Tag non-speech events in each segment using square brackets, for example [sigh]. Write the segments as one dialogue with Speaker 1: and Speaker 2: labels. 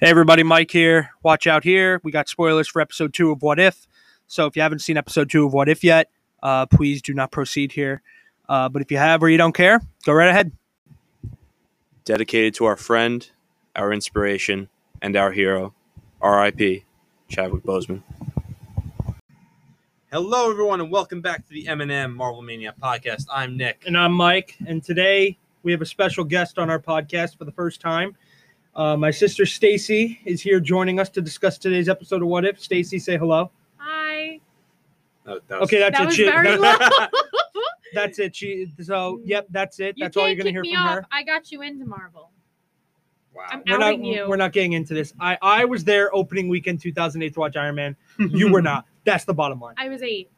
Speaker 1: Hey, everybody, Mike here. Watch out here. We got spoilers for episode two of What If. So if you haven't seen episode two of What If yet, uh, please do not proceed here. Uh, but if you have or you don't care, go right ahead.
Speaker 2: dedicated to our friend, our inspiration, and our hero, R.I.P. Chadwick Boseman.
Speaker 3: Hello, everyone, and welcome back to the M&M Marvel Mania podcast. I'm Nick.
Speaker 1: And I'm Mike. And today we have a special guest on our podcast for the first time. Uh, my sister Stacy is here joining us to discuss today's episode of What If. Stacy, say hello.
Speaker 4: Hi.
Speaker 3: Oh, That- that was-
Speaker 1: Okay, that's
Speaker 4: That
Speaker 1: it.
Speaker 4: was
Speaker 1: She- [laughs]
Speaker 4: very low.
Speaker 1: that- that's it. She. So, yep, that's it.
Speaker 4: you
Speaker 1: that's all you're
Speaker 4: can't
Speaker 1: going to
Speaker 4: kick
Speaker 1: hear
Speaker 4: me
Speaker 1: from
Speaker 4: off.
Speaker 1: her.
Speaker 4: I got you into Marvel.
Speaker 3: wow.
Speaker 4: I'm
Speaker 1: We're not,
Speaker 4: outing you.
Speaker 1: we're not getting into this. I, I was there opening weekend 2008 to watch Iron Man. You were not. That's the bottom line.
Speaker 4: I was eight.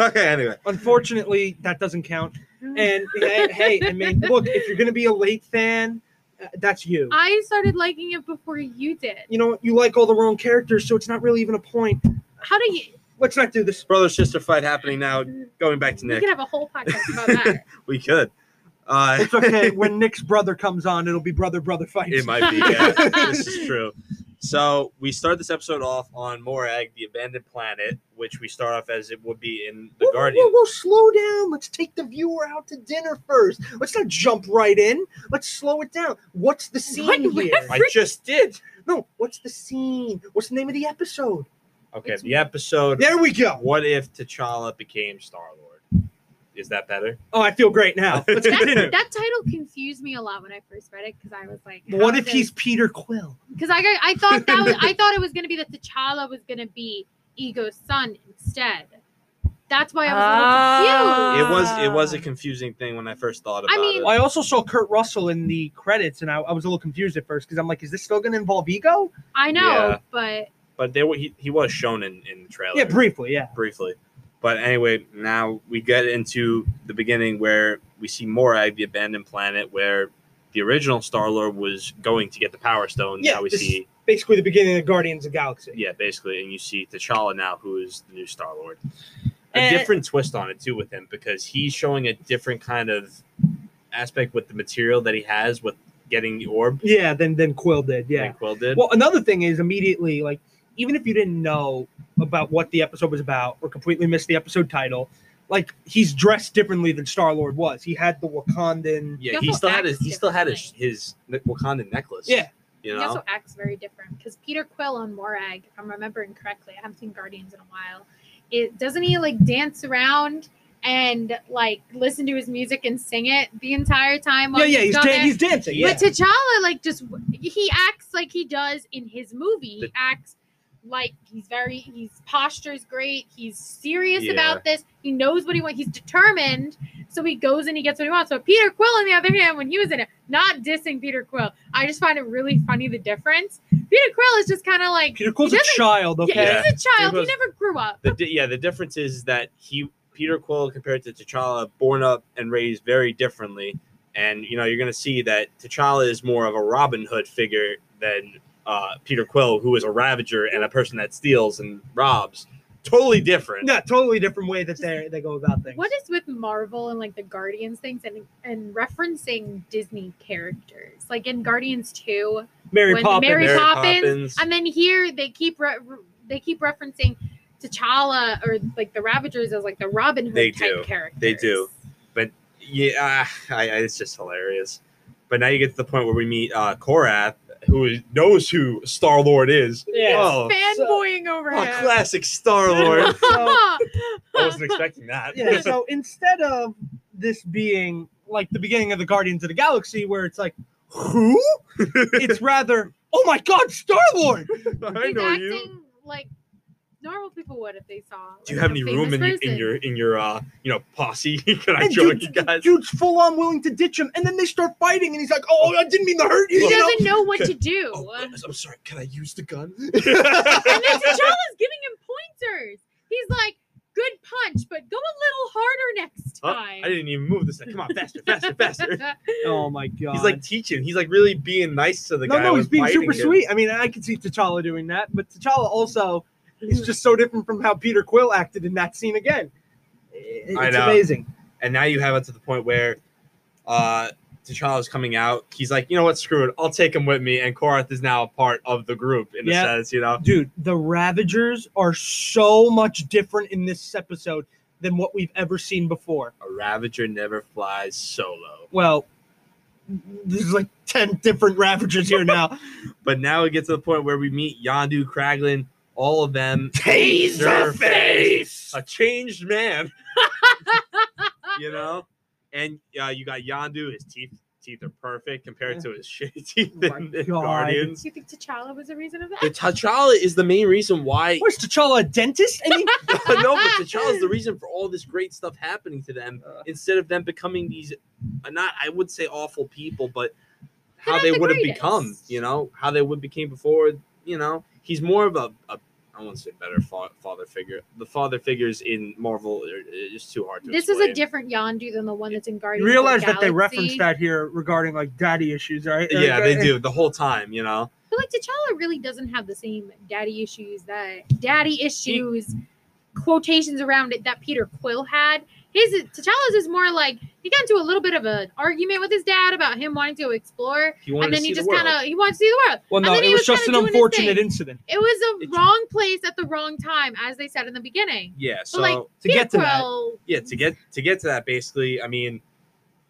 Speaker 3: okay, anyway.
Speaker 1: Unfortunately, that doesn't count. And [laughs] hey, hey, I mean, look, if you're going to be a late fan, uh, that's you.
Speaker 4: I started liking it before you did.
Speaker 1: You know, you like all the wrong characters, so it's not really even a point.
Speaker 4: How do you?
Speaker 1: Let's not do this.
Speaker 3: Brother sister fight happening
Speaker 1: Oh,
Speaker 3: now. Going back to
Speaker 4: We
Speaker 3: Nick,
Speaker 4: could have a whole podcast about
Speaker 1: [laughs]
Speaker 4: that.
Speaker 3: we could. Uh,
Speaker 1: It's
Speaker 3: [laughs]
Speaker 1: okay. when Nick's brother comes on, it'll be brother brother fights.
Speaker 3: It might be.
Speaker 1: [laughs]
Speaker 3: Yeah, this is true. So we start this episode off on Morag, the abandoned planet, which we start off as it would be in the
Speaker 1: Whoa, whoa,
Speaker 3: Guardian.
Speaker 1: Whoa, whoa, slow down. Let's take the viewer out to dinner first. Let's not jump right in. Let's slow it down. What's the scene
Speaker 4: [laughs] What
Speaker 1: here?
Speaker 3: I just did.
Speaker 1: No, what's the scene? What's the name of the episode?
Speaker 3: Okay, the episode.
Speaker 1: There we go.
Speaker 3: What if T'Challa became Star Lord? Is that better?
Speaker 1: Oh, I feel great [laughs] now. Let's
Speaker 3: That's-
Speaker 1: continue.
Speaker 4: that, that title confused me a lot when I first read it because I was like,
Speaker 1: What if he's Peter Quill?
Speaker 4: Because I got- I thought that was,
Speaker 1: [laughs]
Speaker 4: I thought it was gonna be that T'Challa was gonna be Ego's son instead. That's why I was a little
Speaker 1: Ah.
Speaker 4: confused.
Speaker 3: It was. It was a confusing thing when I first thought about
Speaker 4: Um, I mean-
Speaker 3: it.
Speaker 1: I also saw Kurt Russell in the credits, and I, I was a little confused at first because I'm like, is this still going to involve Ego?
Speaker 4: I know,
Speaker 3: Yeah.
Speaker 4: but
Speaker 3: but there were, he, he was shown in, in the trailer
Speaker 1: Yeah, briefly, yeah.
Speaker 3: briefly but anyway now we get into the beginning where we see morag the abandoned planet where the original star lord was going to get the power stone
Speaker 1: Yeah,
Speaker 3: now we
Speaker 1: this-
Speaker 3: see
Speaker 1: Basically, the beginning of Guardians of the Galaxy.
Speaker 3: yeah basically and you see t'challa now who is the new star lord a
Speaker 1: And-
Speaker 3: different twist on it too with him because he's showing a different kind of aspect with the material that he has with getting the orb
Speaker 1: Yeah, then, then Quill did, yeah.
Speaker 3: than quill did
Speaker 1: Well, another thing is immediately, like, even if you didn't know about what the episode was about or completely missed the episode title, like, he's dressed differently than Star Lord was. He had the Wakandan.
Speaker 3: yeah
Speaker 4: He
Speaker 3: he
Speaker 4: also
Speaker 3: still had
Speaker 4: acts
Speaker 3: his he still had his,
Speaker 4: differently.
Speaker 3: his wakanda necklace
Speaker 1: Yeah.
Speaker 3: you
Speaker 4: He
Speaker 3: know
Speaker 4: also acts very different because Peter Quill on Morag, if I'm remembering correctly, I haven't seen Guardians in a while. It doesn't he like dance around and like listen to his music and sing it the entire time?
Speaker 1: Yeah,
Speaker 4: while
Speaker 1: yeah, he's,
Speaker 4: done
Speaker 1: dan-
Speaker 4: it?
Speaker 1: he's dancing. Yeah.
Speaker 4: But T'Challa like just he acts like he does in his movie. He
Speaker 3: The-
Speaker 4: acts like he's very he's posture's great. He's serious
Speaker 3: Yeah.
Speaker 4: about this. He knows what he wants. He's determined. So he goes and he gets what he wants. So Peter Quill, on the other hand, when he was in it, not dissing Peter Quill, I just find it really funny the difference. Peter Quill is just kind of like
Speaker 1: Peter Quill's
Speaker 4: He
Speaker 1: a
Speaker 4: doesn't-
Speaker 1: child, okay?
Speaker 4: yeah, he's a child.
Speaker 3: Quill-
Speaker 4: He never grew up.
Speaker 3: The di- yeah, the difference is that he Peter Quill compared to T'Challa, born up and raised very differently, and you know you're gonna see that T'Challa is more of a Robin Hood figure than uh, Peter Quill, who is a ravager and a person that steals and robs. Totally different.
Speaker 1: Yeah, totally different way that they they go about things.
Speaker 4: What is with Marvel and like the Guardians things and and referencing Disney characters? Like in Guardians 2,
Speaker 1: Mary
Speaker 4: when
Speaker 1: Poppins?
Speaker 4: Mary-
Speaker 3: Mary
Speaker 4: Poppins,
Speaker 3: Poppins.
Speaker 4: And then here they keep re- re- they keep referencing T'Challa or like the Ravagers as like the Robin Hood
Speaker 3: They
Speaker 4: type
Speaker 3: do.
Speaker 4: characters.
Speaker 3: They do. yeah, I, I, it's just hilarious. But now you get to the point where we meet uh, Korath, who is, knows who Star Lord is.
Speaker 1: Yeah.
Speaker 3: Oh,
Speaker 4: Fanboying over
Speaker 3: oh,
Speaker 4: him.
Speaker 3: classic Star
Speaker 1: [laughs]
Speaker 3: [laughs]
Speaker 4: [laughs]
Speaker 3: Lord.
Speaker 1: So-
Speaker 3: I wasn't expecting that.
Speaker 1: yeah, so instead of this being like the beginning of the Guardians of the Galaxy, where it's like, who?
Speaker 3: [laughs]
Speaker 1: it's rather, oh my God, Star Lord!
Speaker 3: [laughs] I
Speaker 4: He's
Speaker 3: know
Speaker 4: acting
Speaker 3: you.
Speaker 4: like normal people would if they saw.
Speaker 3: Do you
Speaker 4: like,
Speaker 3: have
Speaker 4: a
Speaker 3: any
Speaker 4: famous
Speaker 3: room in, your in
Speaker 4: person.
Speaker 3: your in your uh you know posse? [laughs] Can I
Speaker 1: And
Speaker 3: join
Speaker 1: dude,
Speaker 3: you guys?
Speaker 1: dude's full on willing to ditch him, and then they start fighting, and he's like, oh, I didn't mean to hurt you.
Speaker 4: He
Speaker 1: you know?
Speaker 4: doesn't
Speaker 3: [laughs]
Speaker 4: know what to do.
Speaker 3: Oh,
Speaker 4: and
Speaker 3: I'm sorry. Can I use the
Speaker 4: [laughs]
Speaker 3: gun?
Speaker 4: then T'Challa's giving him pointers. He's like, good punch, but go a little harder next
Speaker 3: Huh?
Speaker 4: time.
Speaker 3: I didn't even move this. Time. Come on, faster, faster,
Speaker 4: [laughs]
Speaker 3: faster. [laughs]
Speaker 1: Oh my God.
Speaker 3: He's like teaching. He's like really being nice to the
Speaker 1: no,
Speaker 3: guy.
Speaker 1: no,
Speaker 3: who's
Speaker 1: he's being
Speaker 3: fighting
Speaker 1: super
Speaker 3: him.
Speaker 1: sweet. I mean, I can see T'Challa doing that, but T'Challa also
Speaker 4: Mm-hmm.
Speaker 1: is just so different from how Peter Quill acted in that scene again. It-
Speaker 3: I
Speaker 1: It's
Speaker 3: know.
Speaker 1: amazing.
Speaker 3: And now you have it to the point where, uh, T'Challa's coming out, he's like, you know what, screw it, I'll take him with me. And Korath is now a part of the group in
Speaker 1: Yeah.
Speaker 3: a sense, you know.
Speaker 1: Dude, the Ravagers are so much different in this episode than what we've ever seen before.
Speaker 3: A Ravager never flies solo,
Speaker 1: Well, there's like 10 different Ravagers here
Speaker 4: [laughs]
Speaker 1: now.
Speaker 3: but now we get to the point where we meet Yandu, Kraglin, all
Speaker 1: [laughs]
Speaker 3: of them.
Speaker 1: Taserface!
Speaker 3: a changed man. [laughs] you know, and uh, you got Yandu. His teeth teeth are perfect compared to his [laughs] shitty teeth
Speaker 1: Oh my
Speaker 3: in, in
Speaker 1: God.
Speaker 4: Do
Speaker 3: Guardians.
Speaker 4: you think T'Challa was a reason of
Speaker 3: The
Speaker 4: that?
Speaker 3: T'Challa is the main reason why.
Speaker 1: Where's T'Challa, a dentist? I mean,
Speaker 3: [laughs] no, but T'Challa is the reason for all this great stuff happening to them.
Speaker 4: Uh.
Speaker 3: Instead of them becoming these, uh, not I would say awful people, but how
Speaker 4: not
Speaker 3: they
Speaker 4: the
Speaker 3: would have
Speaker 4: greatest.
Speaker 3: become. You know how they would became before. You know he's more of a. a I won't say better fa- father figure. The father figures in Marvel are, is too hard to.
Speaker 4: This is a
Speaker 3: explain.
Speaker 4: different Yondu than the one that's in
Speaker 1: you
Speaker 4: [laughs] Guardians.
Speaker 1: realize
Speaker 4: of the
Speaker 1: that they
Speaker 4: Galaxy.
Speaker 1: referenced that here regarding like daddy issues, right? Uh,
Speaker 3: Yeah, they do the whole time, you know.
Speaker 4: But like T'Challa really doesn't have the same daddy issues that daddy issues quotations around it that Peter Quill had. His T'Challa's is more like he got into a little bit of an argument with his dad about him wanting to explore,
Speaker 3: He wanted
Speaker 4: and then
Speaker 3: to see
Speaker 4: he just
Speaker 3: the
Speaker 4: kind
Speaker 3: world.
Speaker 4: of he wants to see the world.
Speaker 1: Well,
Speaker 4: And
Speaker 1: no,
Speaker 4: then
Speaker 1: it
Speaker 4: he
Speaker 1: was
Speaker 4: was
Speaker 1: just an
Speaker 4: kinda doing his
Speaker 1: unfortunate
Speaker 4: thing.
Speaker 1: incident.
Speaker 4: It was a
Speaker 3: It's-
Speaker 4: wrong place at the wrong time, as they said in the beginning.
Speaker 3: yeah. So
Speaker 4: like,
Speaker 1: To get to that,
Speaker 4: Quill,
Speaker 3: yeah, to get to get to that, basically, I mean,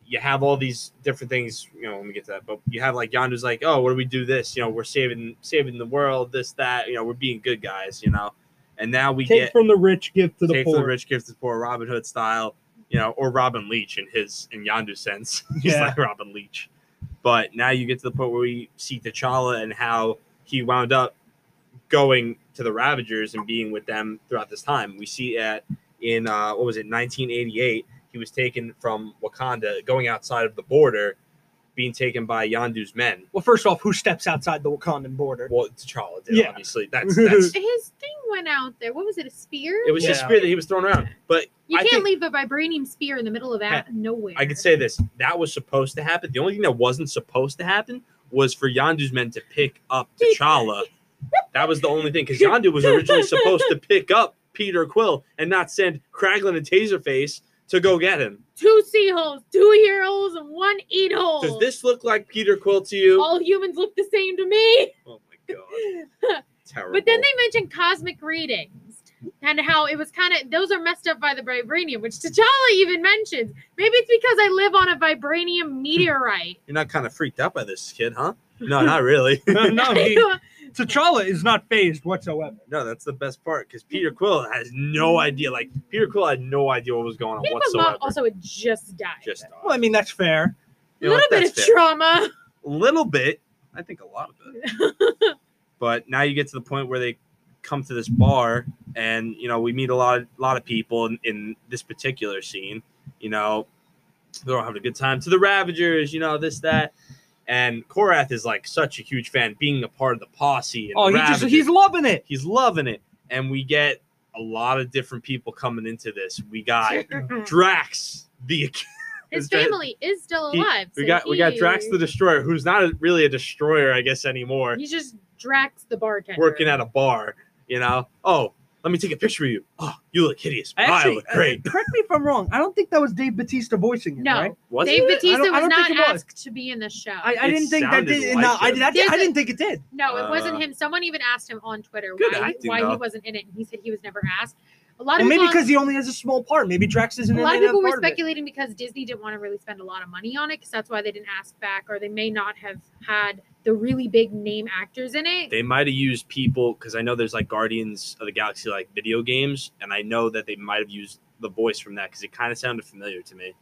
Speaker 3: you have all these different things. You know, when we get to that, but you have like Yandu's like, oh, what do we do this? You know, we're saving saving the world, this that. You know, we're being good guys. You know, and now we
Speaker 1: take
Speaker 3: get
Speaker 1: from the rich, give to the
Speaker 3: take from the
Speaker 1: poor.
Speaker 3: rich, give to the poor, Robin Hood style. You know, or Robin Leach in his in Yandu sense. [laughs] He's
Speaker 1: Yeah.
Speaker 3: like Robin Leach. But now you get to the point where we see T'Challa and how he wound up going to the Ravagers and being with them throughout this time. We see at in uh, what was it, 1988, he was taken from Wakanda, going outside of the border, being taken by Yandu's men.
Speaker 1: Well, first off, who steps outside the Wakandan border? [laughs]
Speaker 3: Well, T'Challa did
Speaker 1: Yeah.
Speaker 3: obviously. That's
Speaker 1: [laughs]
Speaker 3: that's.
Speaker 4: his thing went out there. What was it? A spear?
Speaker 3: It was just
Speaker 1: Yeah.
Speaker 3: spear that he was thrown around, but
Speaker 4: you
Speaker 3: I
Speaker 4: can't
Speaker 3: think-
Speaker 4: leave a vibranium spear in the middle of that nowhere.
Speaker 3: I could say this: that was supposed to happen. The only thing that wasn't supposed to happen was for Yandu's men to pick up T'Challa. that was the only thing because Yandu was originally supposed to pick up Peter Quill and not send Kraglin and Taserface to go get him.
Speaker 4: two sea holes, two ear holes, and one eat hole.
Speaker 3: Does this look like Peter Quill to you?
Speaker 4: All humans look the same to me.
Speaker 3: Oh my god, terrible!
Speaker 4: [laughs] But then they mentioned cosmic readings and how it was kind of those are messed up by the vibranium, which T'Challa even mentions. Maybe it's because I live on a vibranium meteorite.
Speaker 3: [laughs] you're not kind of freaked out by this kid, huh? No, not really. [laughs]
Speaker 1: no,
Speaker 4: [laughs]
Speaker 1: he, T'Challa is not phased whatsoever.
Speaker 3: no, that's the best part because Peter Quill has no idea. Like Peter Quill had no idea what was going on
Speaker 4: Peter Quill's mom
Speaker 3: whatsoever.
Speaker 4: also had just died.
Speaker 3: just
Speaker 1: Well, I mean, that's fair.
Speaker 4: a
Speaker 3: You know
Speaker 4: little
Speaker 3: what?
Speaker 4: bit of
Speaker 3: That's fair.
Speaker 4: trauma.
Speaker 3: little bit. I think a lot of it.
Speaker 4: [laughs]
Speaker 3: but now you get to the point where they come to this bar, and you know we meet a lot, of, lot of people in, in this particular scene. You know, they're all having a good time. To the Ravagers, you know this that, and Korath is like such a huge fan, being a part of the posse. And
Speaker 1: Oh,
Speaker 3: the
Speaker 1: he just,
Speaker 3: Ravagers.
Speaker 1: he's loving it.
Speaker 3: he's loving it, and we get a lot of different people coming into this. We got Drax, [laughs] the
Speaker 4: His
Speaker 3: Dra-
Speaker 4: family is still
Speaker 3: He-
Speaker 4: alive.
Speaker 3: we
Speaker 4: so
Speaker 3: got we got
Speaker 4: he-
Speaker 3: Drax the Destroyer, who's not a- really a destroyer, I guess, anymore.
Speaker 4: He's just Drax the bartender.
Speaker 3: Working at a bar, you know. Oh, let me take a picture of you. Oh, you look hideous. Wow, I look
Speaker 1: uh,
Speaker 3: great.
Speaker 1: correct me if I'm wrong. I don't think that was Dave Batista voicing it.
Speaker 4: No.
Speaker 1: right?
Speaker 3: What?
Speaker 4: Dave
Speaker 1: I
Speaker 4: Batista
Speaker 1: don't- I
Speaker 4: was
Speaker 1: don't
Speaker 4: not
Speaker 1: think it was.
Speaker 4: asked to be in the show.
Speaker 1: I, I
Speaker 3: It
Speaker 1: didn't think that
Speaker 3: sounded
Speaker 1: did.
Speaker 3: like
Speaker 1: no, I,
Speaker 3: him.
Speaker 1: did, I,
Speaker 4: There's
Speaker 1: I
Speaker 4: a-
Speaker 1: didn't think it did.
Speaker 4: No, it
Speaker 3: Uh,
Speaker 4: wasn't him. Someone even asked him on Twitter
Speaker 3: Good
Speaker 4: why,
Speaker 3: acting,
Speaker 4: why he
Speaker 3: though.
Speaker 4: wasn't in it, and he said he was never asked. A lot of
Speaker 1: Well, maybe
Speaker 4: people,
Speaker 1: because he only has a small part. Maybe Drax isn't.
Speaker 4: a
Speaker 1: in
Speaker 4: lot of
Speaker 1: that
Speaker 4: people were
Speaker 1: part it.
Speaker 4: speculating because Disney didn't want to really spend a lot of money on it, because that's why they didn't ask back, or they may not have had the really big name actors in it.
Speaker 3: They might have used people because I know there's like Guardians of the Galaxy like video games, and I know that they might have used the voice from that because it kind of sounded familiar to me.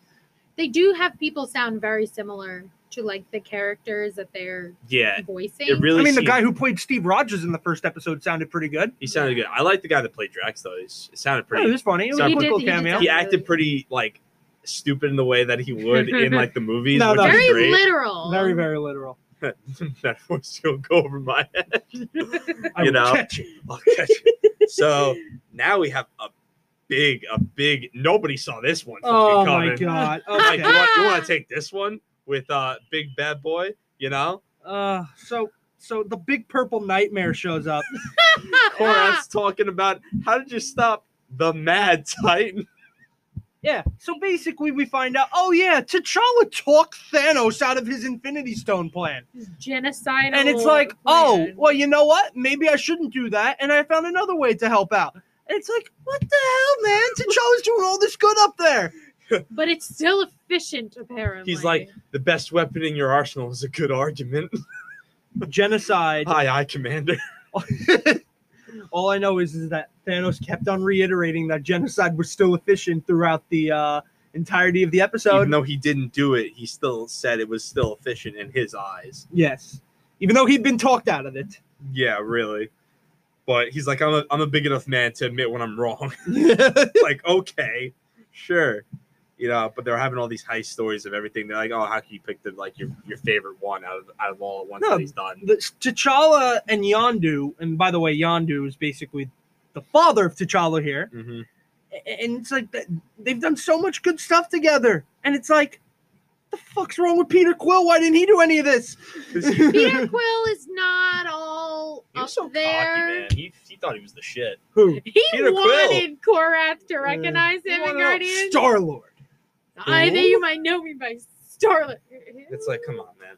Speaker 4: They do have people sound very similar to like the characters that they're
Speaker 3: Yeah,
Speaker 4: voicing.
Speaker 3: it really.
Speaker 1: I mean, the
Speaker 3: seemed-
Speaker 1: guy who played Steve Rogers in the first episode sounded pretty good.
Speaker 3: he sounded good. I like the guy that played Drax though. He's, it sounded pretty.
Speaker 1: Yeah, it was funny. It was
Speaker 3: So
Speaker 1: a
Speaker 3: he
Speaker 1: quick
Speaker 4: did-
Speaker 1: little
Speaker 4: he did
Speaker 1: cameo.
Speaker 4: sound
Speaker 3: he acted pretty like stupid in the way that he would in
Speaker 1: [laughs]
Speaker 3: like the movies,
Speaker 1: No,
Speaker 3: which
Speaker 1: no.
Speaker 3: is
Speaker 4: very
Speaker 3: great.
Speaker 4: literal.
Speaker 1: Very,
Speaker 4: [laughs]
Speaker 1: very literal.
Speaker 3: [laughs] that voice will go over my head.
Speaker 1: I will
Speaker 3: You know?
Speaker 1: catch it.
Speaker 3: I'll catch it. so now we have a big, a big. Nobody saw this one. fucking
Speaker 1: Oh my
Speaker 3: coming.
Speaker 1: god.
Speaker 3: [laughs] Like,
Speaker 1: Okay.
Speaker 3: you, want, you want to take this one with uh big bad boy? You know,
Speaker 1: Uh, so so the big purple nightmare shows up. Ah!
Speaker 3: Korath's talking about how did you stop the Mad Titan?
Speaker 1: [laughs] Yeah. So basically, we find out. Oh yeah, T'Challa talked Thanos out of his Infinity Stone plan,
Speaker 4: This genocidal.
Speaker 1: and it's like, oh,
Speaker 4: plan.
Speaker 1: well, you know what? Maybe I shouldn't do that, and I found another way to help out. And it's like, what the hell, man? T'Challa's doing all this good up there.
Speaker 4: but it's still efficient apparently.
Speaker 3: He's like, the best weapon in your arsenal is a good argument. [laughs]
Speaker 1: Genocide.
Speaker 3: Aye, aye, Commander.
Speaker 1: [laughs] all I know is, is that Thanos kept on reiterating that genocide was still efficient throughout the uh, entirety of the episode.
Speaker 3: Even though he didn't do it, he still said it was still efficient in his eyes.
Speaker 1: yes. Even though he'd been talked out of
Speaker 3: [laughs]
Speaker 1: it.
Speaker 3: Yeah, really. But he's like, I'm a, I'm a big enough man to admit when I'm wrong. [laughs] like, okay, sure. You know, but they're having all these heist stories of everything. They're like, oh, how can you pick the like your, your favorite one out of out of all the ones
Speaker 1: No,
Speaker 3: that he's done?
Speaker 1: the, T'Challa and Yondu, and by the way, Yondu is basically the father of T'Challa here,
Speaker 3: hmm
Speaker 1: a- and it's like that- they've done so much good stuff together, and it's like, the fuck's wrong with Peter Quill? Why didn't he do any of
Speaker 4: [laughs]
Speaker 1: this?
Speaker 4: [laughs] Peter Quill is not all
Speaker 3: He
Speaker 4: up
Speaker 3: was so cocky,
Speaker 4: there.
Speaker 3: man. He, he thought he was the shit.
Speaker 1: [laughs] Who?
Speaker 4: He
Speaker 3: Peter Quill.
Speaker 4: wanted Korath to recognize him in Guardians.
Speaker 1: Star Lord.
Speaker 4: I think you might know me by Starlet.
Speaker 3: It's like, come on, man.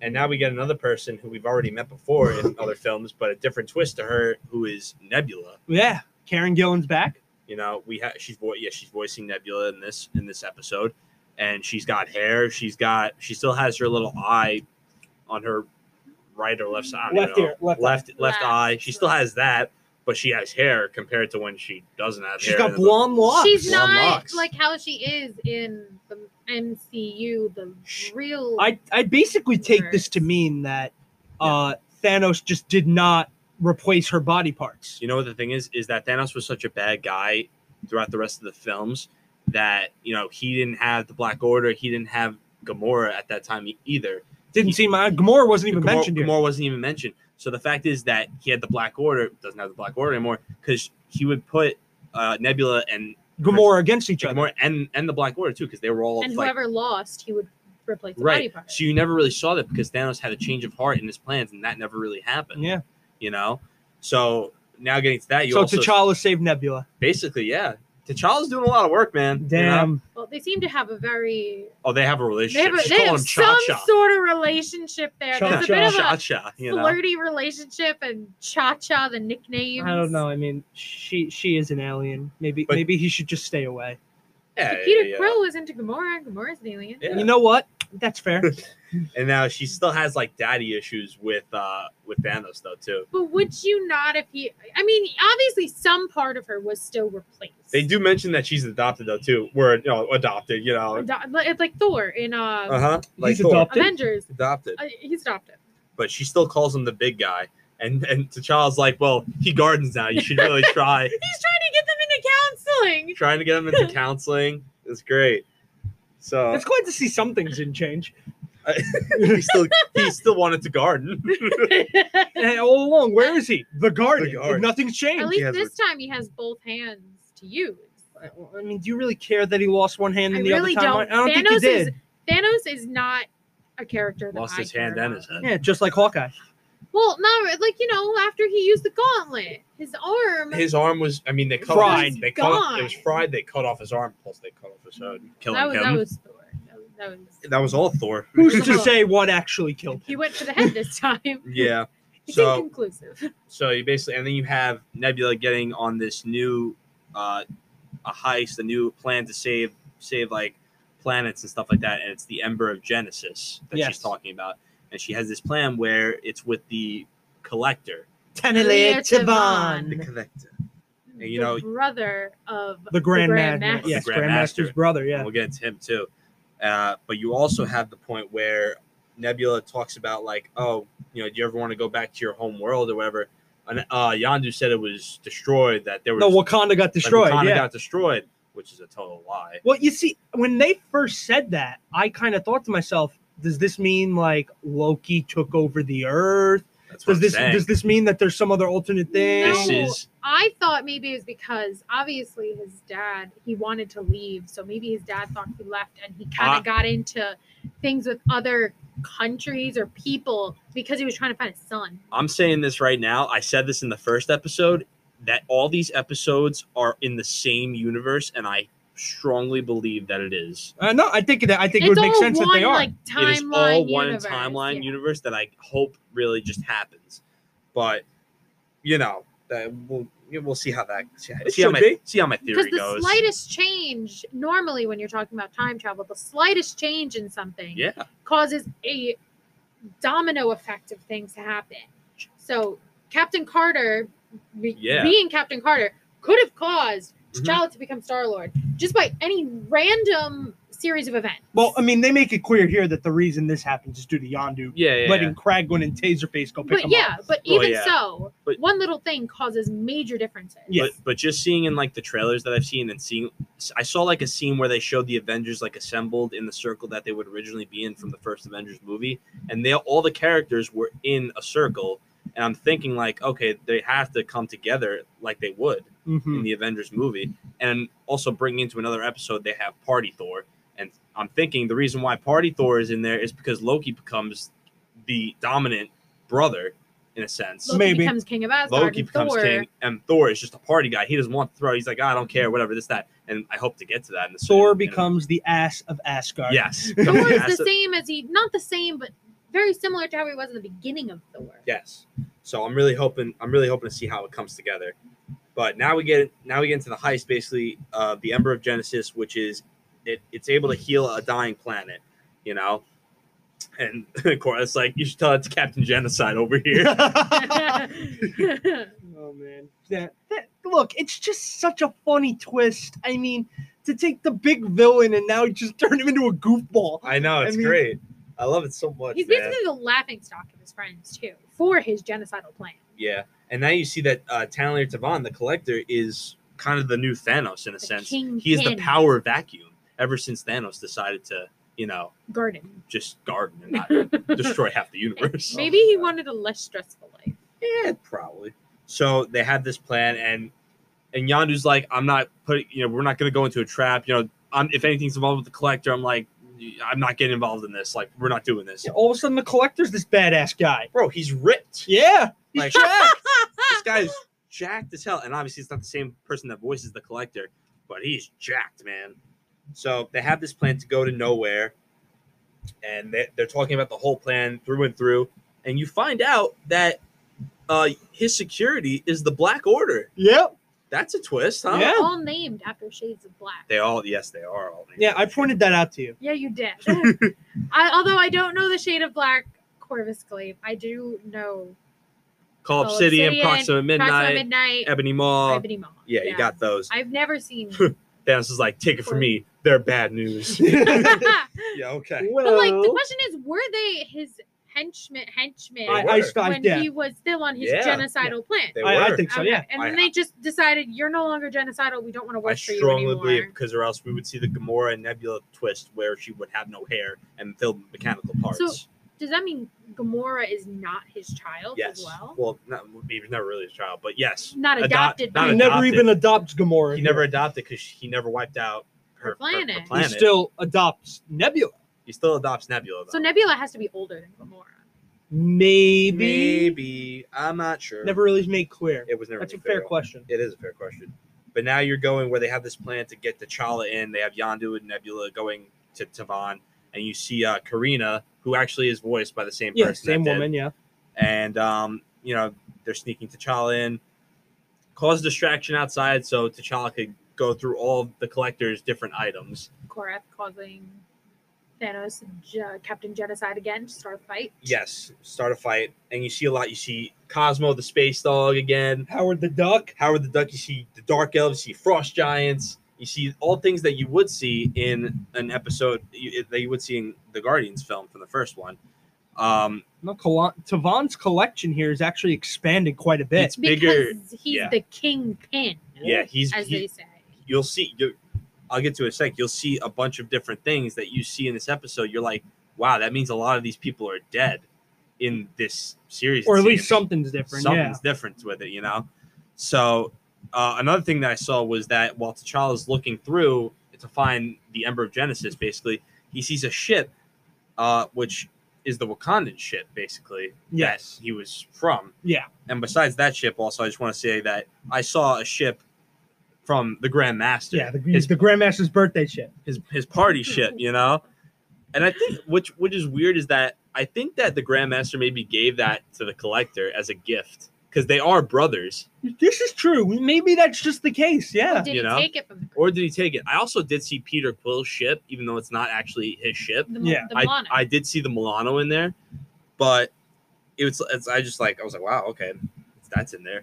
Speaker 3: And now we get another person who we've already met before in other films, but a different twist to her, who is Nebula.
Speaker 1: Yeah, Karen Gillan's back.
Speaker 3: You know, we have she's vo- yeah she's voicing Nebula in this in this episode, and she's got hair. She's got she still has her little eye on her right or left side. I don't
Speaker 1: Left
Speaker 3: know.
Speaker 1: ear, left eye.
Speaker 3: left, left
Speaker 4: Left.
Speaker 3: eye. She still has that, but she has hair compared to when she doesn't have
Speaker 1: She's
Speaker 3: hair.
Speaker 1: got blonde locks.
Speaker 4: She's
Speaker 3: Blonde
Speaker 4: not
Speaker 3: locks.
Speaker 4: like how she is in the MCU, the
Speaker 1: Sh-
Speaker 4: real.
Speaker 1: I, I basically take this to mean that uh, Thanos just did not replace her body parts.
Speaker 3: You know what the thing is? Is that Thanos was such a bad guy throughout the rest of the films that you know he didn't have the Black Order, he didn't have Gamora at that time e- either.
Speaker 1: Didn't seem my Gamora wasn't even
Speaker 3: Gamora,
Speaker 1: mentioned here.
Speaker 3: Gamora wasn't even mentioned. So the fact is that he had the Black Order, doesn't have the Black Order anymore because he would put uh, Nebula and
Speaker 1: Gamora against each other.
Speaker 3: Gamora and and the Black Order too because they were all
Speaker 4: and
Speaker 3: like
Speaker 4: whoever lost, he would replace the body
Speaker 3: right.
Speaker 4: part.
Speaker 3: So you never really saw that because Thanos had a change of heart in his plans, and that never really happened.
Speaker 1: Yeah.
Speaker 3: you know. So now getting to that, you
Speaker 1: So
Speaker 3: also
Speaker 1: T'Challa saved Nebula.
Speaker 3: basically, yeah. T'Challa's doing a lot of work, man. you know?
Speaker 1: Damn.
Speaker 4: well, they seem to have a very.
Speaker 3: Oh, they have a
Speaker 4: They have,
Speaker 3: relationship.
Speaker 4: a,
Speaker 3: She's
Speaker 4: they
Speaker 3: calling
Speaker 4: have
Speaker 3: him
Speaker 4: some
Speaker 3: Cha Cha.
Speaker 4: sort of relationship there. There's a bit of a
Speaker 3: Cha Cha, you know.
Speaker 4: flirty relationship and Cha Cha, the nickname.
Speaker 1: I don't know. I mean, she she is an alien. Maybe
Speaker 3: But-
Speaker 1: maybe he should just stay away.
Speaker 3: Yeah,
Speaker 4: Peter
Speaker 3: yeah,
Speaker 4: Quill was into Gamora. Gamora's an alien.
Speaker 3: yeah.
Speaker 1: You know what? That's
Speaker 3: [laughs]
Speaker 1: fair.
Speaker 3: And now she still has like daddy issues with uh with Thanos though too.
Speaker 4: But would you not if he? I mean, obviously, some part of her was still replaced.
Speaker 3: They do mention that she's adopted though too. We're you know adopted, you know.
Speaker 4: Ado- like- It's like Thor in uh,
Speaker 3: Uh huh. Like
Speaker 1: He's
Speaker 3: Thor.
Speaker 1: adopted.
Speaker 4: Avengers.
Speaker 3: adopted.
Speaker 4: Uh, he's adopted.
Speaker 3: But she still calls him the big guy. And and T'Challa's like, well, he gardens now. You
Speaker 1: [laughs]
Speaker 3: should really try.
Speaker 4: He's trying to get them into counseling.
Speaker 3: Trying to get him into counseling is great. So
Speaker 1: It's good to see some things in change.
Speaker 3: he still he still wanted
Speaker 1: [laughs]
Speaker 3: to garden.
Speaker 4: [laughs]
Speaker 1: And all along, where is he? The garden.
Speaker 3: The garden.
Speaker 1: Nothing's
Speaker 4: At
Speaker 1: changed.
Speaker 4: least
Speaker 3: has
Speaker 4: this time he has both hands to use.
Speaker 1: I mean, do you really care that he lost one hand
Speaker 4: I
Speaker 1: and the
Speaker 4: really
Speaker 1: other time?
Speaker 4: don't.
Speaker 1: I don't think he
Speaker 4: Thanos is-
Speaker 1: did.
Speaker 4: Thanos is not a character that
Speaker 3: Lost
Speaker 4: I
Speaker 3: his
Speaker 4: care
Speaker 3: hand and
Speaker 4: about.
Speaker 3: his head.
Speaker 1: Yeah, just like Hawkeye.
Speaker 4: Well, not like you know after he used the gauntlet, his arm.
Speaker 3: his arm was I mean they cut
Speaker 1: Fried.
Speaker 3: off they cut off, it was
Speaker 4: Gone.
Speaker 3: fried, they cut off his arm, plus they cut off his head, killing
Speaker 4: that was
Speaker 3: him.
Speaker 4: that was Thor. That was, that was-
Speaker 3: That was all Thor.
Speaker 1: Who's to
Speaker 4: Look.
Speaker 1: say what actually killed
Speaker 4: he
Speaker 1: him?
Speaker 4: went for the head this [laughs] time.
Speaker 3: yeah.
Speaker 4: It's
Speaker 3: So
Speaker 4: inconclusive.
Speaker 3: so you basically and then you have Nebula getting on this new uh a heist, a new plan to save save like planets and stuff like that, and it's the Ember of Genesis that
Speaker 1: Yes.
Speaker 3: she's talking about. And she has this plan where it's with the collector.
Speaker 4: Talia Tavon.
Speaker 3: The
Speaker 1: Tavon.
Speaker 3: collector. And, you know-
Speaker 4: the brother of
Speaker 1: The Grand
Speaker 4: Grand
Speaker 1: Master.
Speaker 4: Master.
Speaker 1: Yes,
Speaker 3: The
Speaker 1: Grand
Speaker 3: Grand
Speaker 1: Master's
Speaker 3: Master.
Speaker 1: brother.
Speaker 3: and
Speaker 1: Yeah.
Speaker 3: we'll get into him too. Uh, but you also have the point where Nebula talks about like, oh, you know, do you ever want to go back to your home world or whatever? And uh, Yandu said it was destroyed. That there was
Speaker 1: No, Wakanda got destroyed.
Speaker 3: Like, Wakanda
Speaker 1: yeah.
Speaker 3: got destroyed, which is a total lie.
Speaker 1: Well, you see, when they first said that, I kind of thought to myself, does this mean like Loki took over the Earth?
Speaker 3: That's what
Speaker 1: Does
Speaker 3: I'm
Speaker 1: this
Speaker 3: saying.
Speaker 1: does this mean that there's some other alternate thing?
Speaker 4: No.
Speaker 3: This is
Speaker 4: I thought maybe it was because obviously his dad he wanted to leave, so maybe his dad thought he left and he kind
Speaker 3: Ah.
Speaker 4: of got into things with other countries or people because he was trying to find his son.
Speaker 3: I'm saying this right now. I said this in the first episode that all these episodes are in the same universe, and I strongly believe that it is.
Speaker 1: Uh, no, I think that I think it
Speaker 4: it's
Speaker 1: would make
Speaker 4: all
Speaker 1: sense
Speaker 4: one
Speaker 1: that they are.
Speaker 4: like timeline
Speaker 3: it is all one
Speaker 4: universe.
Speaker 3: timeline
Speaker 4: yeah.
Speaker 3: universe that I hope really just happens. But you know, that we'll we'll see how that see,
Speaker 2: It
Speaker 3: see how
Speaker 2: should
Speaker 3: my
Speaker 2: be.
Speaker 3: see how my
Speaker 4: Because
Speaker 3: theory
Speaker 4: the
Speaker 3: goes.
Speaker 4: slightest change, normally when you're talking about time travel, the slightest change in something
Speaker 3: yeah,
Speaker 4: causes a domino effect of things to happen. So Captain Carter, be-
Speaker 3: Yeah.
Speaker 4: being Captain Carter, could have caused
Speaker 3: Mhm.
Speaker 4: T'Challa to become Star Lord just by any random series of events.
Speaker 1: Well, I mean, they make it clear here that the reason this happens is due to Yondu
Speaker 3: yeah, yeah.
Speaker 1: letting Kragwin and Taserface go pick
Speaker 4: but
Speaker 1: him
Speaker 4: yeah,
Speaker 1: up.
Speaker 4: but
Speaker 3: Well,
Speaker 4: even
Speaker 3: yeah.
Speaker 4: so,
Speaker 3: But-
Speaker 4: one little thing causes major differences.
Speaker 1: Yeah.
Speaker 3: But but just seeing in like the trailers that I've seen and seeing, I saw like a scene where they showed the Avengers like assembled in the circle that they would originally be in from the first Avengers movie, and they all the characters were in a circle, and I'm thinking like, okay, they have to come together like they would
Speaker 1: Mhm.
Speaker 3: in the Avengers movie, and also bring into another episode they have Party Thor, and I'm thinking the reason why Party Thor is in there is because Loki becomes the dominant brother in a sense.
Speaker 4: Loki
Speaker 1: Maybe.
Speaker 4: becomes King of Asgard.
Speaker 3: Loki
Speaker 4: and
Speaker 3: becomes
Speaker 4: Thor.
Speaker 3: king, and Thor is just a party guy. He doesn't want to throw. He's like, "Ah, I don't care, whatever, this, that. And I hope to get to that. In the
Speaker 1: Thor
Speaker 3: soon, you know.
Speaker 1: becomes the ass of Asgard. [laughs]
Speaker 3: yes,
Speaker 4: Thor
Speaker 3: becomes
Speaker 4: is the
Speaker 3: massive-
Speaker 4: same as he, not the same, but very similar to how he was in the beginning of Thor.
Speaker 3: yes. So I'm really hoping. I'm really hoping to see how it comes together. But now we get now we get into the heist, basically of the Ember of Genesis, which is it, it's able to heal a dying planet, you know. And [laughs] of course, it's like you should tell it's Captain Genocide over
Speaker 1: [laughs]
Speaker 3: here.
Speaker 4: [laughs]
Speaker 1: Oh man, that, that look, it's just such a funny twist. I mean, to take the big villain and now just [laughs] turn him into a goofball.
Speaker 3: I know it's
Speaker 1: I mean-
Speaker 3: great. I love it so much.
Speaker 4: He's
Speaker 3: man.
Speaker 4: basically the laughing stock of his friends too for his genocidal plan.
Speaker 3: Yeah, and now you see that uh, Talia Tavan, the Collector, is kind of the new Thanos in a
Speaker 4: The
Speaker 3: sense.
Speaker 4: kingpin.
Speaker 3: He is the power vacuum. Ever since Thanos decided to, you know,
Speaker 4: garden.
Speaker 3: just garden and not
Speaker 4: [laughs]
Speaker 3: destroy half the universe.
Speaker 4: Maybe he wanted a less stressful life.
Speaker 3: Yeah, probably. So they have this plan, and and Yondu's like, I'm not putting, you know, we're not going to go into a trap. You know, I'm, if anything's involved with the Collector, I'm like, I'm not getting involved in this. Like, we're not doing this.
Speaker 1: Yeah, All of a sudden, the collector's this badass guy.
Speaker 3: Bro, he's ripped.
Speaker 4: [laughs]
Speaker 1: Yeah, he's
Speaker 3: Like-
Speaker 1: jacked.
Speaker 3: this guy's jacked as hell, and obviously it's not the same person that voices the collector, but he's jacked, man. So they have this plan to go to nowhere, and they, they're talking about the whole plan through and through, and you find out that uh, his security is the Black Order.
Speaker 1: Yep.
Speaker 3: That's a twist, huh?
Speaker 1: Yeah.
Speaker 4: All named after Shades of Black.
Speaker 3: They all, yes, they are all.
Speaker 1: Yeah, I pointed that out to you.
Speaker 4: Yeah, you
Speaker 3: [laughs]
Speaker 4: did. I, although I don't know the shade of black Corvus Glaive, I do know
Speaker 3: Call
Speaker 4: Call
Speaker 3: Obsidian,
Speaker 4: Obsidian,
Speaker 3: Proxima Midnight,
Speaker 4: Proxima Midnight,
Speaker 3: Ebony Maw.
Speaker 4: Ebony Maw.
Speaker 3: yeah, you got those.
Speaker 4: I've
Speaker 3: [laughs]
Speaker 4: never seen. [laughs]
Speaker 3: Thanos is like, take it from me. They're bad
Speaker 1: [laughs]
Speaker 3: news. [laughs]
Speaker 4: but
Speaker 3: yeah, okay.
Speaker 4: like, the
Speaker 1: Well,
Speaker 4: question is, were they his henchmen? Henchmen
Speaker 1: I, I, I,
Speaker 4: when
Speaker 1: yeah,
Speaker 4: he was still on his
Speaker 3: Yeah.
Speaker 4: genocidal plan.
Speaker 3: They
Speaker 1: I, I
Speaker 3: were.
Speaker 1: think so.
Speaker 4: Okay,
Speaker 1: Yeah.
Speaker 4: And
Speaker 3: I-
Speaker 4: then they just decided you're no longer genocidal. We don't want to work
Speaker 3: I
Speaker 4: for you
Speaker 3: strongly
Speaker 4: anymore.
Speaker 3: believe because, or else we would see the Gamora and Nebula twist where she would have no hair and fill mechanical parts.
Speaker 4: Does that mean Gamora is not his child
Speaker 3: yes.
Speaker 4: as well?
Speaker 3: Well, not, he was never really a child, but yes,
Speaker 4: Not adopted.
Speaker 3: not
Speaker 4: by
Speaker 1: He
Speaker 3: adopted.
Speaker 1: never even adopts Gamora.
Speaker 3: he
Speaker 1: here.
Speaker 3: never adopted because he never wiped out her,
Speaker 4: Her planet. He
Speaker 1: He still adopts Nebula.
Speaker 3: he still adopts Nebula. Though.
Speaker 4: So Nebula has to be older than Gamora.
Speaker 1: Maybe.
Speaker 3: maybe I'm not sure.
Speaker 1: Never really made clear.
Speaker 3: It was never.
Speaker 1: That's a
Speaker 3: made
Speaker 1: fair
Speaker 3: clear.
Speaker 1: question.
Speaker 3: It is a fair question. But now you're going where they have this plan to get T'Challa in. They have Yandu and Nebula going to Tavan, and you see uh, Karina, who actually is voiced by the same
Speaker 1: Yeah,
Speaker 3: person. that
Speaker 1: same
Speaker 3: did
Speaker 1: woman. Yeah.
Speaker 3: and um, you know they're sneaking T'Challa in, cause distraction outside so T'Challa could go through all the collector's different items.
Speaker 4: Korath causing Thanos and Je- Captain Genocide again to start a fight.
Speaker 3: Yes, start a fight, and you see a lot. You see Cosmo the space dog again,
Speaker 1: Howard the Duck.
Speaker 3: Howard the Duck. You see the Dark Elves. You see Frost Giants. You see all things that you would see in an episode you- that you would see in the Guardians film from the first one. Um,
Speaker 1: No, Kal- Tavon's collection here is actually expanded quite a bit.
Speaker 3: It's bigger-
Speaker 4: Because he's
Speaker 3: yeah.
Speaker 4: the kingpin,
Speaker 3: yeah, he's
Speaker 4: as
Speaker 3: he's
Speaker 4: they say.
Speaker 3: you'll see you I'll get to it in a sec. You'll see a bunch of different things that you see in this episode. You're like, wow, that means a lot of these people are dead in this series.
Speaker 1: or
Speaker 3: it
Speaker 1: at least
Speaker 3: seems.
Speaker 1: something's different. yeah.
Speaker 3: Something's different with it, you know? So uh, another thing that I saw was that while T'Challa's looking through to find the Ember of Genesis, basically, he sees a ship, uh, which is the Wakandan ship, basically,
Speaker 1: Yes.
Speaker 3: that he was from.
Speaker 1: Yeah.
Speaker 3: And besides that ship, also, I just want to say that I saw a ship from the Grand Master.
Speaker 1: Yeah, the,
Speaker 3: his,
Speaker 1: the Grandmaster's birthday shit.
Speaker 3: his his party shit, you know. And I think which which is weird is that I think that the Grand Master maybe gave that to the collector as a gift because they are brothers.
Speaker 1: This is true. Maybe that's just the case. Yeah.
Speaker 4: Did
Speaker 3: you
Speaker 4: he
Speaker 3: know?
Speaker 4: take it from
Speaker 3: Or did he take it? I also did see Peter Quill's ship, even though it's not actually his ship.
Speaker 4: the,
Speaker 1: Yeah.
Speaker 4: the
Speaker 3: I,
Speaker 4: Milano?
Speaker 3: I did see the Milano in there, but it was it's, I just like I was like, wow, okay, that's in there.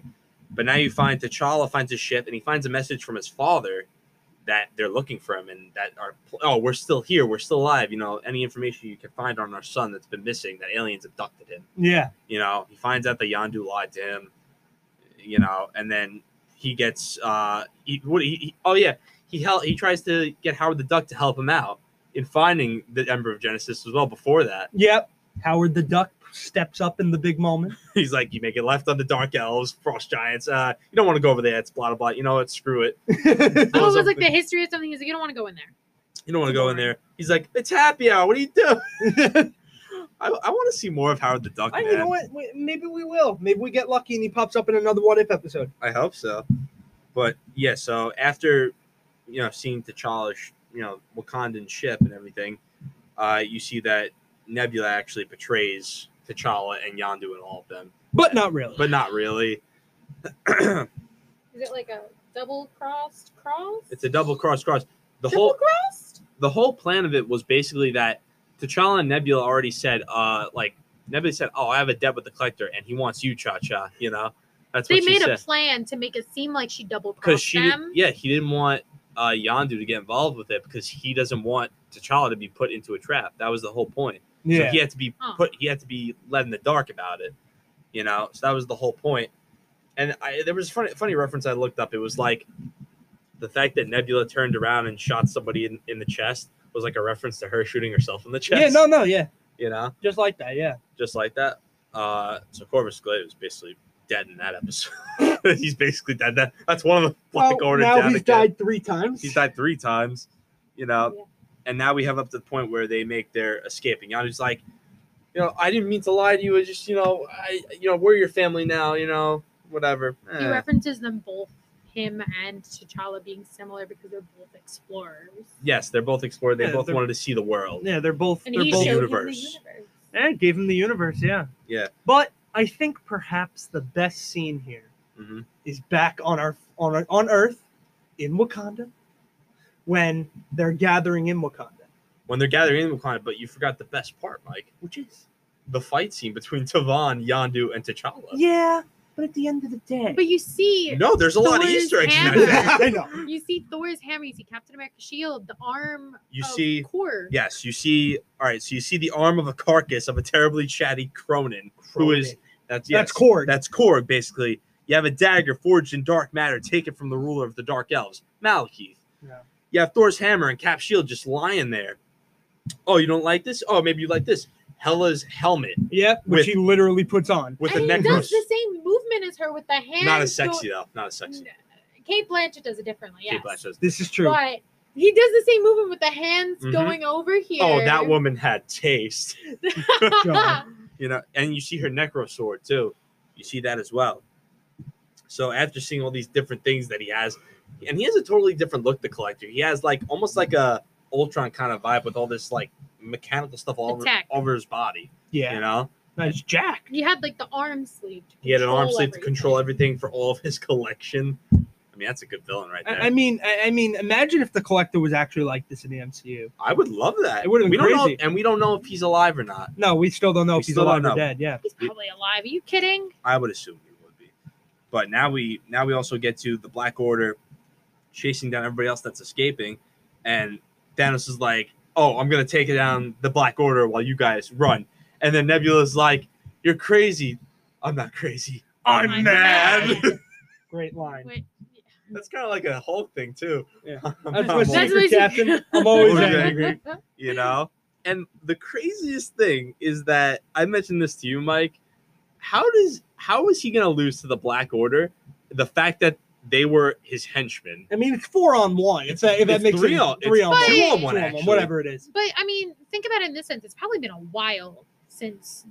Speaker 3: But now you find T'Challa finds his ship and he finds a message from his father that they're looking for him and that are oh we're still here we're still alive you know any information you can find on our son that's been missing that aliens abducted him
Speaker 1: Yeah.
Speaker 3: you know he finds out that Yandu lied to him you know and then he gets uh he, what he, he oh yeah he hel- he tries to get Howard the Duck to help him out in finding the Ember of Genesis as well before that [laughs]
Speaker 1: Yep. Howard the Duck steps up in the big moment. [laughs]
Speaker 3: he's like you make it left on the Dark Elves Frost Giants uh you don't want to go over there it's blah blah blah you know what screw it
Speaker 4: Oh, it was
Speaker 3: something-
Speaker 4: like the history of something. He's like, you don't want to go in there.
Speaker 3: you don't want to go in there he's like it's happy hour what do you do [laughs] I, I want to see more of Howard the Duck
Speaker 1: I,
Speaker 3: man.
Speaker 1: you know what? Wait, Maybe we will. Maybe we get lucky and he pops up in another What If episode.
Speaker 3: I hope so. But yeah, so after you know seeing T'Challa's sh- you know Wakandan ship and everything, uh, you see that Nebula actually betrays T'Challa and Yandu and all of them,
Speaker 1: But not really.
Speaker 3: but not really.
Speaker 4: Is it like a double crossed cross?
Speaker 3: It's a double cross cross. The
Speaker 4: double
Speaker 3: whole
Speaker 4: crossed.
Speaker 3: the whole plan of it was basically that T'Challa and Nebula already said, uh, like Nebula said, "Oh, I have a debt with the Collector, and he wants you, Cha Cha." You know, that's
Speaker 4: They
Speaker 3: what she
Speaker 4: made
Speaker 3: said.
Speaker 4: a plan to make it seem like she double
Speaker 3: because
Speaker 4: crossed
Speaker 3: she did,
Speaker 4: them.
Speaker 3: yeah he didn't want uh, Yandu to get involved with it because he doesn't want T'Challa to be put into a trap. That was the whole point. So
Speaker 1: yeah.
Speaker 3: he had to be
Speaker 4: Huh.
Speaker 3: put. He had to be let in the dark about it. You know. So that was the whole point. And I, there was a funny, funny reference I looked up. It was like the fact that Nebula turned around and shot somebody in, in the chest was like a reference to her shooting herself in the chest.
Speaker 1: Yeah, no, no, yeah.
Speaker 3: You know,
Speaker 1: Just like that, yeah.
Speaker 3: just like that. Uh, so Corvus Glaive is basically dead in that episode. [laughs] he's basically dead. That, that's one of the Black
Speaker 1: Well,
Speaker 3: Order
Speaker 1: now
Speaker 3: down
Speaker 1: he's
Speaker 3: again.
Speaker 1: died three times.
Speaker 3: He's died three times, you know.
Speaker 4: Yeah.
Speaker 3: And now we have up to the point where they make their escape, and Yandu's like, you know, I didn't mean to lie to you. I just, you know, I, you know, we're your family now. You know, whatever.
Speaker 4: He
Speaker 3: Eh.
Speaker 4: references them both, him and T'Challa, being similar because they're both explorers.
Speaker 3: Yes, they're both explored. They
Speaker 1: Yeah,
Speaker 3: both
Speaker 1: they're-
Speaker 3: wanted to see the world.
Speaker 1: Yeah, they're both.
Speaker 4: And
Speaker 1: they're
Speaker 4: he
Speaker 1: both
Speaker 4: showed
Speaker 3: universe.
Speaker 4: him the universe.
Speaker 1: Yeah, gave him the universe, yeah.
Speaker 3: Yeah.
Speaker 1: But I think perhaps the best scene here
Speaker 3: Mhm.
Speaker 1: is back on our on our, on Earth in Wakanda when they're gathering in Wakanda,
Speaker 3: When they're gathering in Wakanda, but you forgot the best part, Mike,
Speaker 1: which is
Speaker 3: the fight scene between Tavan, Yandu, and T'Challa.
Speaker 1: yeah. But at the end of the day,
Speaker 4: But you see,
Speaker 3: No, there's a lot of
Speaker 4: Thor's
Speaker 3: Easter eggs. In
Speaker 4: hammer.
Speaker 3: that.
Speaker 1: [laughs] I know.
Speaker 4: you see Thor's hammer, you see Captain America's shield, the arm.
Speaker 3: You
Speaker 4: of
Speaker 3: see-
Speaker 4: Korg.
Speaker 3: Yes, you see. All right, so you see the arm of a carcass of a terribly chatty Cronin, who is that's yes,
Speaker 1: That's Korg.
Speaker 3: That's Korg, basically. You have a dagger forged in dark matter taken from the ruler of the Dark Elves, Malekith.
Speaker 1: Yeah.
Speaker 3: You have Thor's hammer and Cap shield just lying there. Oh, you don't like this? Oh, maybe you like this. Hela's helmet
Speaker 1: yeah, which
Speaker 3: With-
Speaker 1: he literally puts on.
Speaker 3: with
Speaker 4: and
Speaker 3: a
Speaker 4: he
Speaker 3: necklace.
Speaker 4: does the same movement as her with the hand.
Speaker 3: Not as sexy though. Not as sexy.
Speaker 4: Kate Blanchett does it differently. Yes.
Speaker 3: Kate Blanchett does.
Speaker 1: This is true.
Speaker 4: But he does the same movement with the hands
Speaker 3: Mhm.
Speaker 4: going over here.
Speaker 3: Oh, that
Speaker 4: [laughs]
Speaker 3: woman had taste.
Speaker 1: God.
Speaker 3: You know, and you see her necro sword too. You see that as well. So after seeing all these different things that he has, and he has a totally different look. The collector, he has like almost like a Ultron kind of vibe with all this like mechanical stuff all over,
Speaker 4: Attack.
Speaker 3: over his body.
Speaker 1: Yeah,
Speaker 3: You know,
Speaker 1: that's Jack.
Speaker 4: he had like the arm sleeve. to
Speaker 3: he had an arm
Speaker 4: control
Speaker 3: sleeve to
Speaker 4: everything.
Speaker 3: control everything for all of his [laughs] collection. I mean, that's a good villain right there.
Speaker 1: I,
Speaker 3: I,
Speaker 1: I mean, I, I mean, imagine if the Collector was actually like this in the MCU.
Speaker 3: would love that.
Speaker 1: It would've been
Speaker 3: we don't know,
Speaker 1: crazy.
Speaker 3: and we don't know if he's alive or not.
Speaker 1: No, we still don't know
Speaker 3: We
Speaker 1: if he's
Speaker 3: still don't
Speaker 1: alive or
Speaker 3: know.
Speaker 1: dead. Yeah,
Speaker 4: He's probably alive. Are you kidding?
Speaker 3: I would assume he would be. But now we now we also get to the Black Order chasing down everybody else that's escaping, and Thanos is like, "Oh, I'm gonna take down the Black Order while you guys run," and then Nebula's like, "You're crazy." I'm not crazy. I'm,
Speaker 4: I'm
Speaker 1: [laughs]
Speaker 3: mad. [laughs]
Speaker 4: mad.
Speaker 1: great line.
Speaker 4: Wait,
Speaker 3: That's kind of like a Hulk thing too. [laughs]
Speaker 1: Yeah.
Speaker 3: I'm
Speaker 1: That's
Speaker 3: not
Speaker 1: what
Speaker 3: Hulk.
Speaker 1: she-
Speaker 4: that's what
Speaker 1: Captain, I'm always angry.
Speaker 3: you know? And the craziest thing is that I mentioned this to you, Mike. How does how is he gonna lose to the Black Order? The fact that they were his henchmen.
Speaker 1: I mean, it's four on one. It's a, if that
Speaker 3: It's
Speaker 1: makes
Speaker 3: three
Speaker 1: it
Speaker 3: on-
Speaker 1: three
Speaker 3: it's
Speaker 1: on one,
Speaker 4: two
Speaker 1: Two
Speaker 4: on
Speaker 1: on
Speaker 3: one,
Speaker 1: one,
Speaker 3: actually.
Speaker 1: whatever it is.
Speaker 4: But I mean, think about it in this sense. It's probably been a while since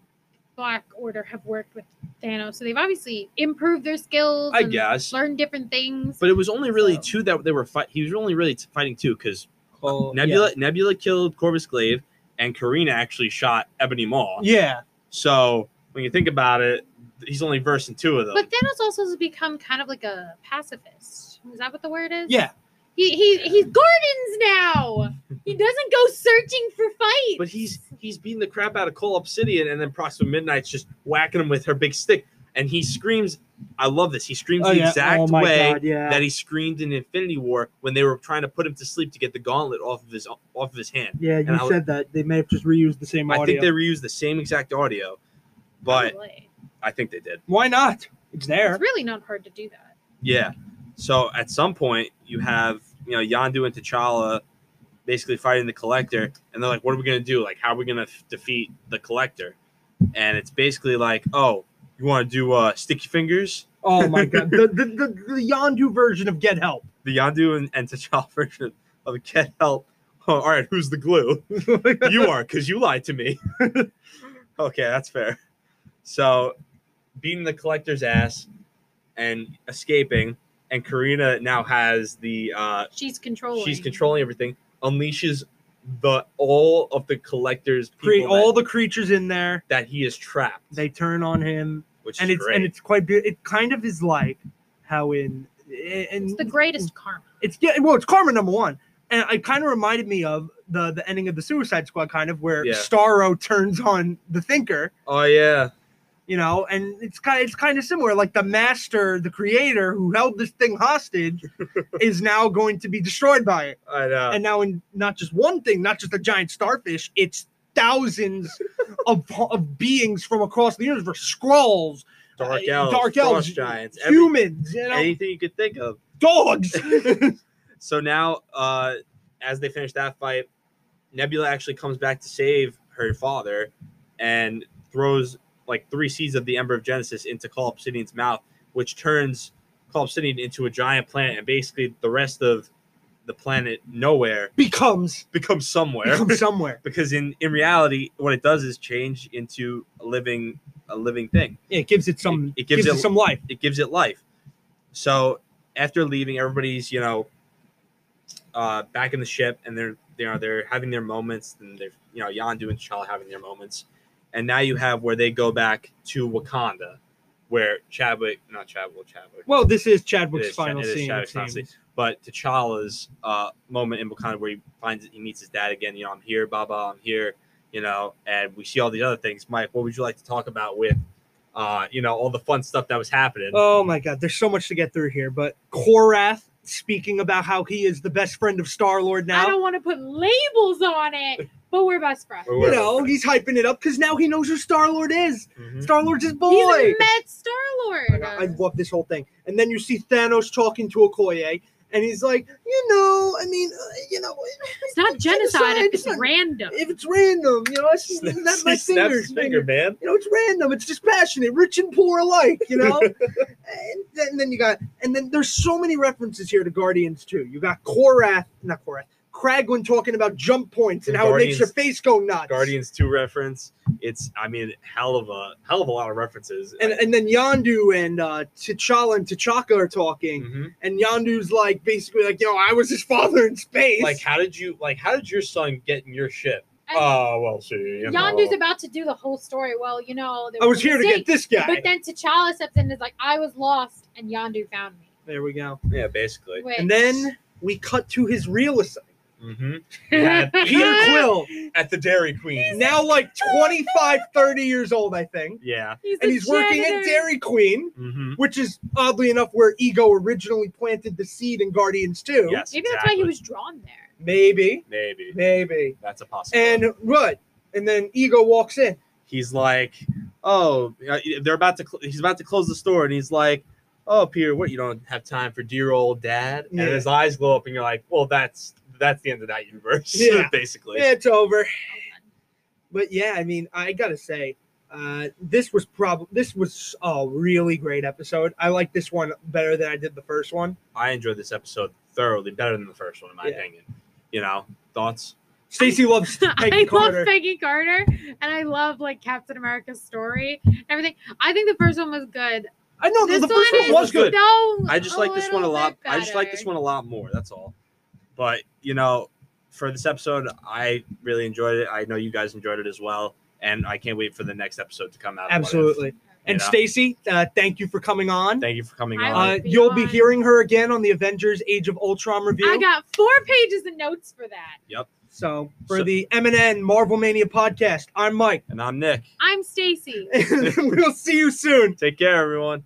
Speaker 4: Black Order have worked with Thanos, so they've obviously improved their skills.
Speaker 3: I
Speaker 4: and
Speaker 3: guess.
Speaker 4: learned different things.
Speaker 3: But it was only really
Speaker 4: So-
Speaker 3: two that they were fight. He was only really t- fighting two because
Speaker 1: Cole-
Speaker 3: Nebula Nebula killed Corvus Glaive, and Karina actually shot Ebony Maw.
Speaker 1: Yeah.
Speaker 3: So when you think about it, he's only versing two of them.
Speaker 4: But Thanos also has become kind of like a pacifist. Is that what the word is?
Speaker 1: Yeah.
Speaker 4: He, he he's gardens now. He doesn't go searching for fights.
Speaker 3: But he's he's beating the crap out of Cole Obsidian, and then Proxima Midnight's just whacking him with her big stick, and he screams. I love this. He screams
Speaker 1: Oh,
Speaker 3: the
Speaker 1: yeah.
Speaker 3: exact
Speaker 1: Oh, my
Speaker 3: way
Speaker 1: God, yeah.
Speaker 3: that he screamed in Infinity War when they were trying to put him to sleep to get the gauntlet off of his off of his hand.
Speaker 1: yeah, you
Speaker 3: and I was-
Speaker 1: said that. They may have just reused the same
Speaker 3: I
Speaker 1: audio.
Speaker 3: think they reused the same exact audio, but
Speaker 4: Probably.
Speaker 3: I think they did.
Speaker 1: Why not? It's there.
Speaker 4: it's really not hard to do that.
Speaker 3: Yeah. So at some point you have you know Yandu and T'Challa basically fighting the Collector, and they're like, "What are we gonna do? Like, how are we gonna f- defeat the Collector?" And it's basically like, "Oh, you want to do uh, sticky fingers?"
Speaker 1: Oh my god. The, the, the,
Speaker 3: [laughs]
Speaker 1: the Yondu version of Get Help.
Speaker 3: The Yandu and, and T'Challa [laughs] version of get help. Oh, all right, who's the glue? you are, because you lied to me. [laughs] okay, that's fair. So, beating the collector's ass and escaping, and Karina now has the uh,
Speaker 4: She's controlling.
Speaker 3: She's controlling everything. Unleashes the all of the collectors
Speaker 1: [laughs] Create
Speaker 3: people
Speaker 1: all
Speaker 3: that,
Speaker 1: the creatures in there.
Speaker 3: that he is trapped.
Speaker 1: They turn on him.
Speaker 3: which
Speaker 1: and
Speaker 3: is
Speaker 1: it's
Speaker 3: great.
Speaker 1: and it's quite be- it kind of is like how in and
Speaker 4: It's the greatest karma.
Speaker 1: it's yeah well it's karma number one and it kind of reminded me of the the ending of the suicide squad kind of where
Speaker 3: Yeah.
Speaker 1: starro turns on the thinker
Speaker 3: oh yeah,
Speaker 1: you know and it's kind it's kind of similar like the master the creator who held this thing
Speaker 3: [laughs]
Speaker 1: hostage is now going to be destroyed by it
Speaker 3: I know.
Speaker 1: and now in not just one thing not just a giant starfish it's
Speaker 3: [laughs]
Speaker 1: thousands of, of beings from across the universe scrolls
Speaker 3: dark
Speaker 1: uh,
Speaker 3: elves,
Speaker 1: dark
Speaker 3: dark
Speaker 1: elves,
Speaker 3: giants, every-
Speaker 1: humans you know
Speaker 3: anything you could think of. [laughs]
Speaker 1: dogs
Speaker 3: So now, uh, as they finish that fight, Nebula actually comes back to save her father, and throws like three seeds of the Ember of Genesis into Call Obsidian's mouth, which turns Call Obsidian into a giant planet, and basically the rest of the planet nowhere [laughs]
Speaker 1: becomes [laughs]
Speaker 3: becomes somewhere.
Speaker 1: becomes somewhere
Speaker 3: because in in reality what it does is change into a living a living thing
Speaker 1: Yeah, it gives it some
Speaker 3: It-
Speaker 1: it,
Speaker 3: it gives
Speaker 1: gives,
Speaker 3: it-
Speaker 1: it some life
Speaker 3: it gives it life so after leaving everybody's you know uh back in the ship and they're you know they're having their moments and they're you know yandu and T'Challa having their moments and now you have where they go back to wakanda where chadwick not chadwick well, chadwick
Speaker 1: well this is
Speaker 3: It
Speaker 1: chadwick's
Speaker 3: is Chad-
Speaker 1: final
Speaker 3: it is
Speaker 1: scene
Speaker 3: Chadwick's
Speaker 1: it
Speaker 3: final scene.
Speaker 1: seems.
Speaker 3: but T'Challa's uh, moment in Wakanda where he finds he meets his dad again. You know, I'm here, Baba, I'm here. You know, and we see all these other things. Mike, what would you like to talk about with, uh, you know, all the fun stuff that was happening?
Speaker 1: oh my god there's so much to get through here but korath speaking about how he is the best friend of star lord
Speaker 4: I
Speaker 1: now
Speaker 4: don't want to put labels on it, but we're best friends.
Speaker 3: Or
Speaker 1: you
Speaker 3: whatever.
Speaker 1: know he's hyping it up because now he knows who star lord is
Speaker 3: Mhm.
Speaker 1: star lord's his
Speaker 4: He's
Speaker 1: boy
Speaker 4: a Met Star
Speaker 1: I
Speaker 4: Lord.
Speaker 1: know, I love this whole thing and then you see thanos talking to okoye and he's like you know i mean uh, you know
Speaker 4: It's not genocide.
Speaker 1: Genocide,
Speaker 4: If it's
Speaker 1: it's not-
Speaker 4: random.
Speaker 1: if it's random you know i
Speaker 3: [laughs]
Speaker 1: just
Speaker 3: Snaps-
Speaker 1: snap my
Speaker 3: he snaps
Speaker 1: fingers
Speaker 3: his finger, man.
Speaker 1: you know, it's random, it's dispassionate, rich and poor alike, you
Speaker 3: [laughs]
Speaker 1: know? and, then, and then you got, and then there's so many references here to Guardians too. You got Korath, not Korath, Kragwin talking about jump points and
Speaker 3: And
Speaker 1: how it makes your
Speaker 3: Guardians-
Speaker 1: face go nuts.
Speaker 3: Guardians two reference. It's I mean, hell of a hell of a lot of references.
Speaker 1: And,
Speaker 4: uh,
Speaker 1: and then Yandu and uh, T'Challa and T'Chaka are talking,
Speaker 3: Mhm.
Speaker 1: and Yandu's like basically like, yo, I was his father in space.
Speaker 3: like, how did you like? How did your son get in your ship?
Speaker 4: And
Speaker 3: Oh well, see, you know.
Speaker 4: Yandu's about to do the whole story. Well, you know, there
Speaker 1: I was
Speaker 4: a
Speaker 1: here to
Speaker 4: mistake.
Speaker 1: get this guy.
Speaker 4: But then T'Challa steps in and is like, I was lost, and Yandu found me.
Speaker 1: there we go.
Speaker 3: yeah, basically.
Speaker 4: Which-
Speaker 1: And
Speaker 4: [laughs]
Speaker 1: then we cut to his real estate,
Speaker 3: hmm Yeah,
Speaker 1: Peter
Speaker 4: [laughs]
Speaker 1: Quill,
Speaker 3: At the Dairy Queen.
Speaker 1: now like 25, 30 years old, I think.
Speaker 3: Yeah.
Speaker 4: He's
Speaker 1: and
Speaker 4: a
Speaker 1: he's working at
Speaker 4: janitor.
Speaker 1: Dairy Queen,
Speaker 3: Mm-hmm.
Speaker 1: which is oddly enough where Ego originally planted the seed in Guardians 2.
Speaker 3: Yes,
Speaker 4: Maybe that's why he
Speaker 3: exactly.
Speaker 4: was drawn there.
Speaker 1: Maybe,
Speaker 3: Maybe
Speaker 1: maybe.
Speaker 3: that's a possibility.
Speaker 1: And what? And then Ego walks in.
Speaker 3: he's like, "Oh, uh, they're about to. Cl- he's about to close the store," and he's like, "Oh, Peter, what? You don't have time for dear old dad?"
Speaker 1: Yeah.
Speaker 3: And his eyes glow up, and you're like, "Well, that's that's the end of that universe, [laughs]
Speaker 1: Yeah.
Speaker 3: basically."
Speaker 1: It's over. But yeah, I mean, I gotta say, uh, this was probably this was a really great episode. I like this one better than I did the first one.
Speaker 3: I enjoyed this episode thoroughly, better than the first one, in my
Speaker 1: Yeah.
Speaker 3: opinion. You know, thoughts?
Speaker 1: Stacy loves Peggy
Speaker 4: [laughs] I
Speaker 1: Carter.
Speaker 4: love Peggy Carter, and I love like Captain America's story, and everything. I think the first one was good.
Speaker 1: I know the
Speaker 4: this
Speaker 1: the
Speaker 4: one
Speaker 1: first one
Speaker 4: is
Speaker 1: was good.
Speaker 4: so
Speaker 3: I just
Speaker 4: a
Speaker 3: like this one a
Speaker 4: little
Speaker 3: lot.
Speaker 4: bit
Speaker 3: I just like this
Speaker 4: better.
Speaker 3: one a lot more. That's all. But you know, for this episode, I really enjoyed it. I know you guys enjoyed it as well, and I can't wait for the next episode to come out. of What If.
Speaker 1: Absolutely. And
Speaker 3: Yeah.
Speaker 1: Stacy, uh, thank you for coming on.
Speaker 3: Thank you for coming
Speaker 4: I
Speaker 3: on.
Speaker 1: Uh,
Speaker 4: Thank you.
Speaker 1: you'll be hearing her again on the Avengers Age of Ultron review.
Speaker 4: I got four pages of notes for that.
Speaker 1: so for
Speaker 3: So-
Speaker 1: the MNN Marvel Mania podcast, I'm Mike. [laughs]
Speaker 3: and I'm Nick.
Speaker 4: I'm Stacy.
Speaker 1: we'll see you soon.
Speaker 3: Take care, everyone.